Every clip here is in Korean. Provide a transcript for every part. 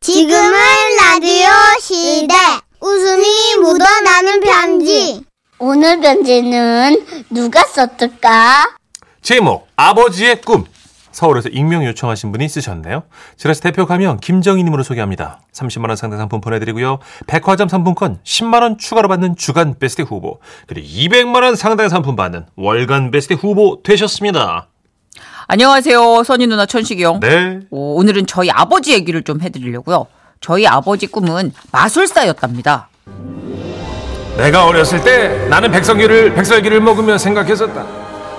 지금은 라디오 시대. 웃음이 묻어나는 편지. 오늘 편지는 누가 썼을까? 제목 아버지의 꿈 서울에서 익명 요청하신 분이 쓰셨네요. 지라스 대표 가명 김정희님으로 소개합니다. 30만 원 상당 상품 보내드리고요. 백화점 상품권 10만 원 추가로 받는 주간 베스트 후보 그리고 200만 원 상당 상품 받는 월간 베스트 후보 되셨습니다. 안녕하세요. 선희 누나 천식이요. 네. 어, 오, 오늘은 저희 아버지 얘기를 좀 해드리려고요. 저희 아버지 꿈은 마술사였답니다. 내가 어렸을 때 나는 백설기를 백설기를 먹으며 생각했었다.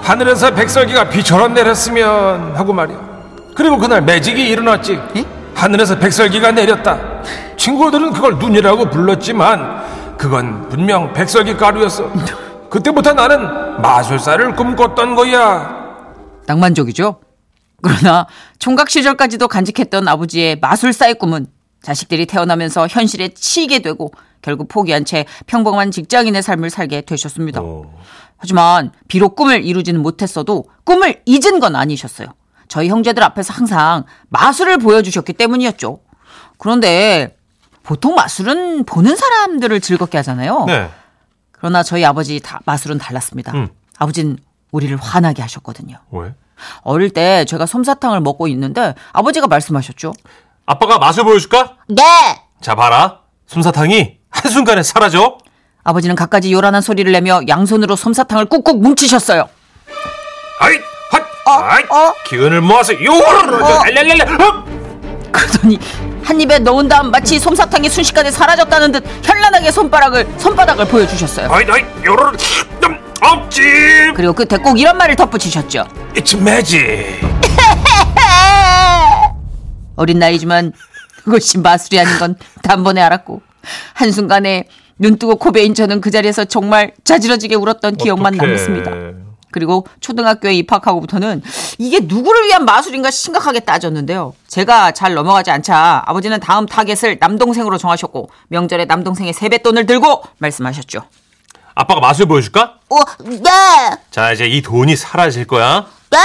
하늘에서 백설기가 비처럼 내렸으면 하고 말이야. 그리고 그날 매직이 일어났지. 예? 하늘에서 백설기가 내렸다. 친구들은 그걸 눈이라고 불렀지만 그건 분명 백설기 가루였어. 그때부터 나는 마술사를 꿈꿨던 거야. 낭만적이죠? 그러나 총각 시절까지도 간직했던 아버지의 마술사의 꿈은 자식들이 태어나면서 현실에 치이게 되고 결국 포기한 채 평범한 직장인의 삶을 살게 되셨습니다. 하지만 비록 꿈을 이루지는 못했어도 꿈을 잊은 건 아니셨어요. 저희 형제들 앞에서 항상 마술을 보여주셨기 때문이었죠. 그런데 보통 마술은 보는 사람들을 즐겁게 하잖아요. 네. 그러나 저희 아버지 다, 마술은 달랐습니다. 음. 아버진 우리를 화나게 하셨거든요. 왜? 어릴 때 제가 솜사탕을 먹고 있는데 아버지가 말씀하셨죠. 아빠가 맛을 보여줄까? 네. 자 봐라. 솜사탕이 한순간에 사라져. 아버지는 갖가지 요란한 소리를 내며 양손으로 솜사탕을 꾹꾹 뭉치셨어요. 아이, 헛, 어? 아이, 기운을 모아서 요로 랄랄랄라. 그러더니 한 입에 넣은 다음 마치 솜사탕이 순식간에 사라졌다는 듯 현란하게 손바닥을 손바닥을 보여주셨어요. 아이, 아이, 요로 좀 엄지. 그리고 끝에 꼭 이런 말을 덧붙이셨죠. It's magic. 어린 나이지만 그것이 마술이 아닌 건 단번에 알았고 한순간에 눈 뜨고 코 베인 저는 그 자리에서 정말 자지러지게 울었던 기억만 어떡해. 남습니다. 그리고 초등학교에 입학하고부터는 이게 누구를 위한 마술인가 심각하게 따졌는데요. 제가 잘 넘어가지 않자 아버지는 다음 타겟을 남동생으로 정하셨고 명절에 남동생의 세뱃돈을 들고 말씀하셨죠. 아빠가 맛을 보여줄까? 어, 네. 자 이제 이 돈이 사라질 거야. 네?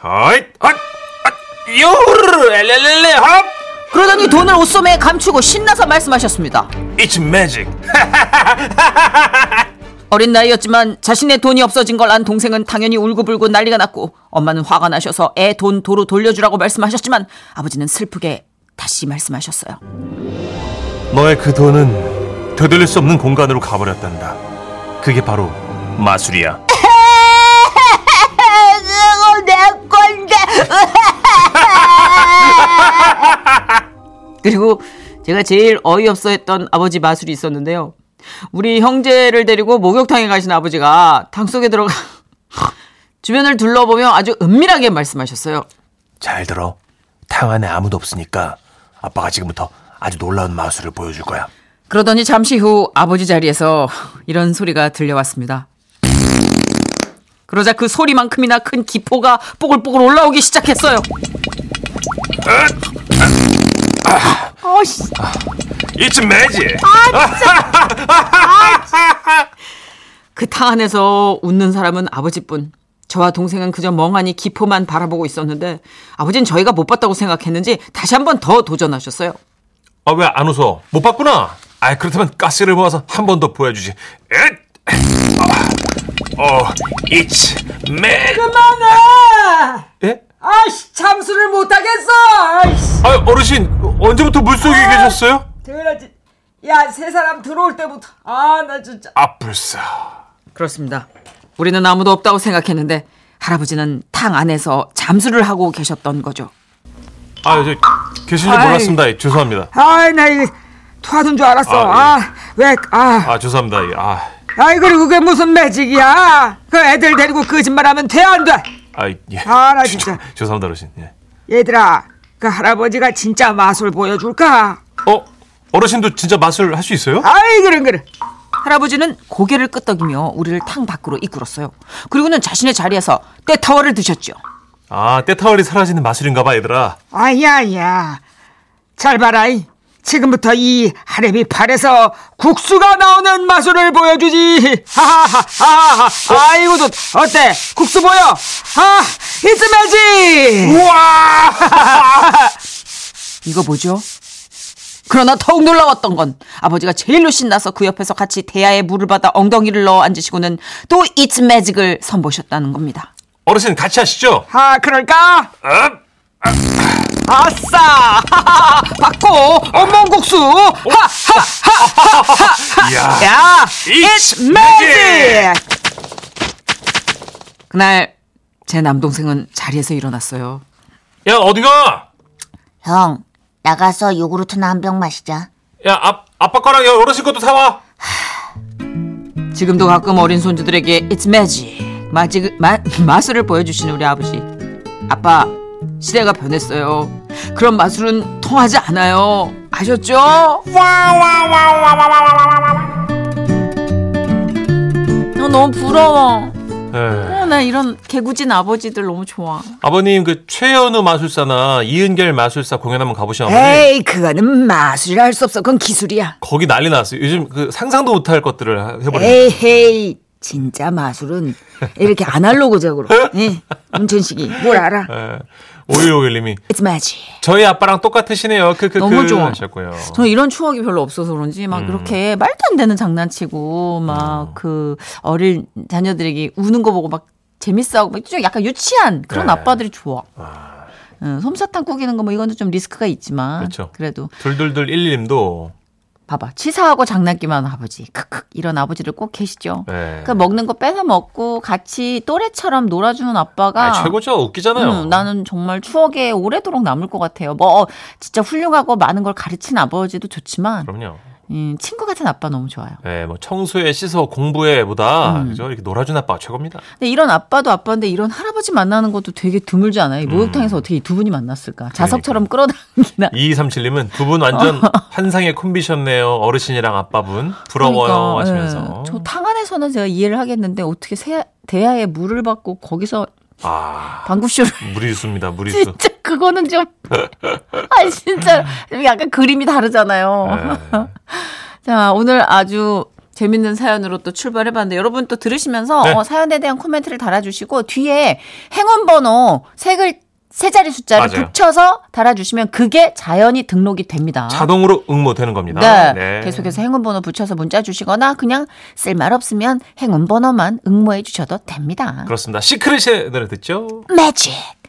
아이, 아이, 아이, 요르르, 엘렐렐레, 합! 그러더니 돈을 옷소매에 감추고 신나서 말씀하셨습니다. It's magic. 어린 나이였지만 자신의 돈이 없어진 걸 안 동생은 당연히 울고불고 난리가 났고 엄마는 화가 나셔서 애 돈 도로 돌려주라고 말씀하셨지만 아버지는 슬프게 다시 말씀하셨어요. 너의 그 돈은 되돌릴 수 없는 공간으로 가버렸단다. 그게 바로 마술이야. 그거 내 건데. 그리고 제가 제일 어이없어 했던 아버지 마술이 있었는데요. 우리 형제를 데리고 목욕탕에 가신 아버지가 탕 속에 들어가 주변을 둘러보며 아주 은밀하게 말씀하셨어요. 잘 들어. 탕 안에 아무도 없으니까 아빠가 지금부터 아주 놀라운 마술을 보여줄 거야. 그러더니 잠시 후 아버지 자리에서 이런 소리가 들려왔습니다. 그러자 그 소리만큼이나 큰 기포가 뽀글뽀글 올라오기 시작했어요. It's magic. 그 탕 안에서 웃는 사람은 아버지뿐. 저와 동생은 그저 멍하니 기포만 바라보고 있었는데 아버지는 저희가 못 봤다고 생각했는지 다시 한 번 더 도전하셨어요. 아, 왜 안 웃어? 못 봤구나? 아 그렇다면 가스를 모아서 한 번 더 보여주지. 엣! 아, 어, it's magic. 예? 아씨 잠수를 못하겠어. 아, 어르신, 언제부터 물속에 아. 계셨어요? 대단하지. 야세 사람 들어올 때부터 아 나 진짜. 아 불사. 그렇습니다. 우리는 아무도 없다고 생각했는데 할아버지는 탕 안에서 잠수를 하고 계셨던 거죠. 아, 저, 계신 줄 몰랐습니다. 예, 죄송합니다. 아이 나 이거 토하던 줄 알았어 아, 아왜아 아, 죄송합니다. 예, 아, 아이 그리고 그게 무슨 매직이야 그 애들 데리고 거짓말하면 돼 안 돼 아, 예. 아, 나 진짜. 죄송합니다, 어르신. 예. 얘들아 그 할아버지가 진짜 마술 보여줄까 어? 어르신도 진짜 마술 할 수 있어요? 아이 그런 그런 할아버지는 고개를 끄덕이며 우리를 탕 밖으로 이끌었어요. 그리고는 자신의 자리에서 떼타워를 드셨죠. 아, 때타월이 사라지는 마술인가 봐, 얘들아. 아야야 잘 봐라이 지금부터 이 하레비 팔에서 국수가 나오는 마술을 보여주지 하하하 하하하 아이고 좋 어때 국수 보여 아 it's magic 이거 뭐죠? 그러나 더욱 놀라웠던 건 아버지가 제일로 신나서 그 옆에서 같이 대야에 물을 받아 엉덩이를 넣어 앉으시고는 또 이츠 매직을 선보셨다는 겁니다. 어르신 같이 하시죠. 아 그럴까? 어? 아싸! 받고 어몽국수! 이야. 야! It's 매직! 그날 제 남동생은 자리에서 일어났어요. 야 어디가? 형, 나가서 요구르트나 한 병 마시자. 야 아, 아빠 거랑 야, 어르신 것도 사와. 지금도 가끔 어린 손주들에게 It's magic 마직, 마, 마술을 보여주시는 우리 아버지 아빠 시대가 변했어요 그런 마술은 통하지 않아요 아셨죠? 너 너무 부러워 에. 어, 나 이런 개구진 아버지들 너무 좋아 아버님 그 최현우 마술사나 이은결 마술사 공연 한번 가보시면 아버님 에이 그거는 마술이라 할 수 없어 그건 기술이야 거기 난리 났어요. 요즘 그 상상도 못할 것들을 하- 해버려요. 에이 헤이 진짜 마술은 이렇게 아날로그적으로 예, 문천식이 뭘 알아 예. 오일오일님이 It's magic 저희 아빠랑 똑같으시네요. 크크크 너무 좋아. 하셨고요. 저는 이런 추억이 별로 없어서 그런지 음. 막 이렇게 말도 안 되는 장난치고 어. 막 그 어릴 자녀들에게 우는 거 보고 막 재밌어하고 막 좀 약간 유치한 그런 네. 아빠들이 좋아. 응, 솜사탕 꾸기는 거 뭐 이건 좀 리스크가 있지만 그렇죠. 그래도 둘둘둘 1님도 봐봐 치사하고 장난기만 하는 아버지 크크 이런 아버지들 꼭 계시죠. 네. 그러니까 먹는 거 뺏어 먹고 같이 또래처럼 놀아주는 아빠가 아, 최고죠. 웃기잖아요. 음, 나는 정말 추억에 오래도록 남을 것 같아요. 뭐 진짜 훌륭하고 많은 걸 가르친 아버지도 좋지만 그럼요. 음, 친구 같은 아빠 너무 좋아요. 예, 뭐 청소에 씻어 공부에보다 음. 그죠? 이렇게 놀아준 아빠가 최고입니다. 근데 이런 아빠도 아빠인데 이런 할아버지 만나는 것도 되게 드물지 않아요? 음. 이 목욕탕에서 어떻게 이 두 분이 만났을까? 그러니까. 자석처럼 끌어당기나. 2237님은 두 분 완전 환상의 콤비셨네요. 어르신이랑 아빠분 부러워요 그러니까, 하시면서. 예. 저탕안에서는 제가 이해를 하겠는데 어떻게 새, 대야에 물을 받고 거기서 아 방구쇼를. 무리수입니다. 무리수. 진짜 그거는 좀. 아, 진짜. 좀 약간 그림이 다르잖아요. 예. 자, 오늘 아주 재밌는 사연으로 또 출발해봤는데 여러분 또 들으시면서 네. 어, 사연에 대한 코멘트를 달아주시고 뒤에 행운번호 세 글, 세 자리 숫자를 맞아요. 붙여서 달아주시면 그게 자연히 등록이 됩니다. 자동으로 응모되는 겁니다. 네. 계속해서 행운번호 붙여서 문자 주시거나 그냥 쓸말 없으면 행운번호만 응모해 주셔도 됩니다. 그렇습니다. 시크릿의 노래 듣죠? 매직!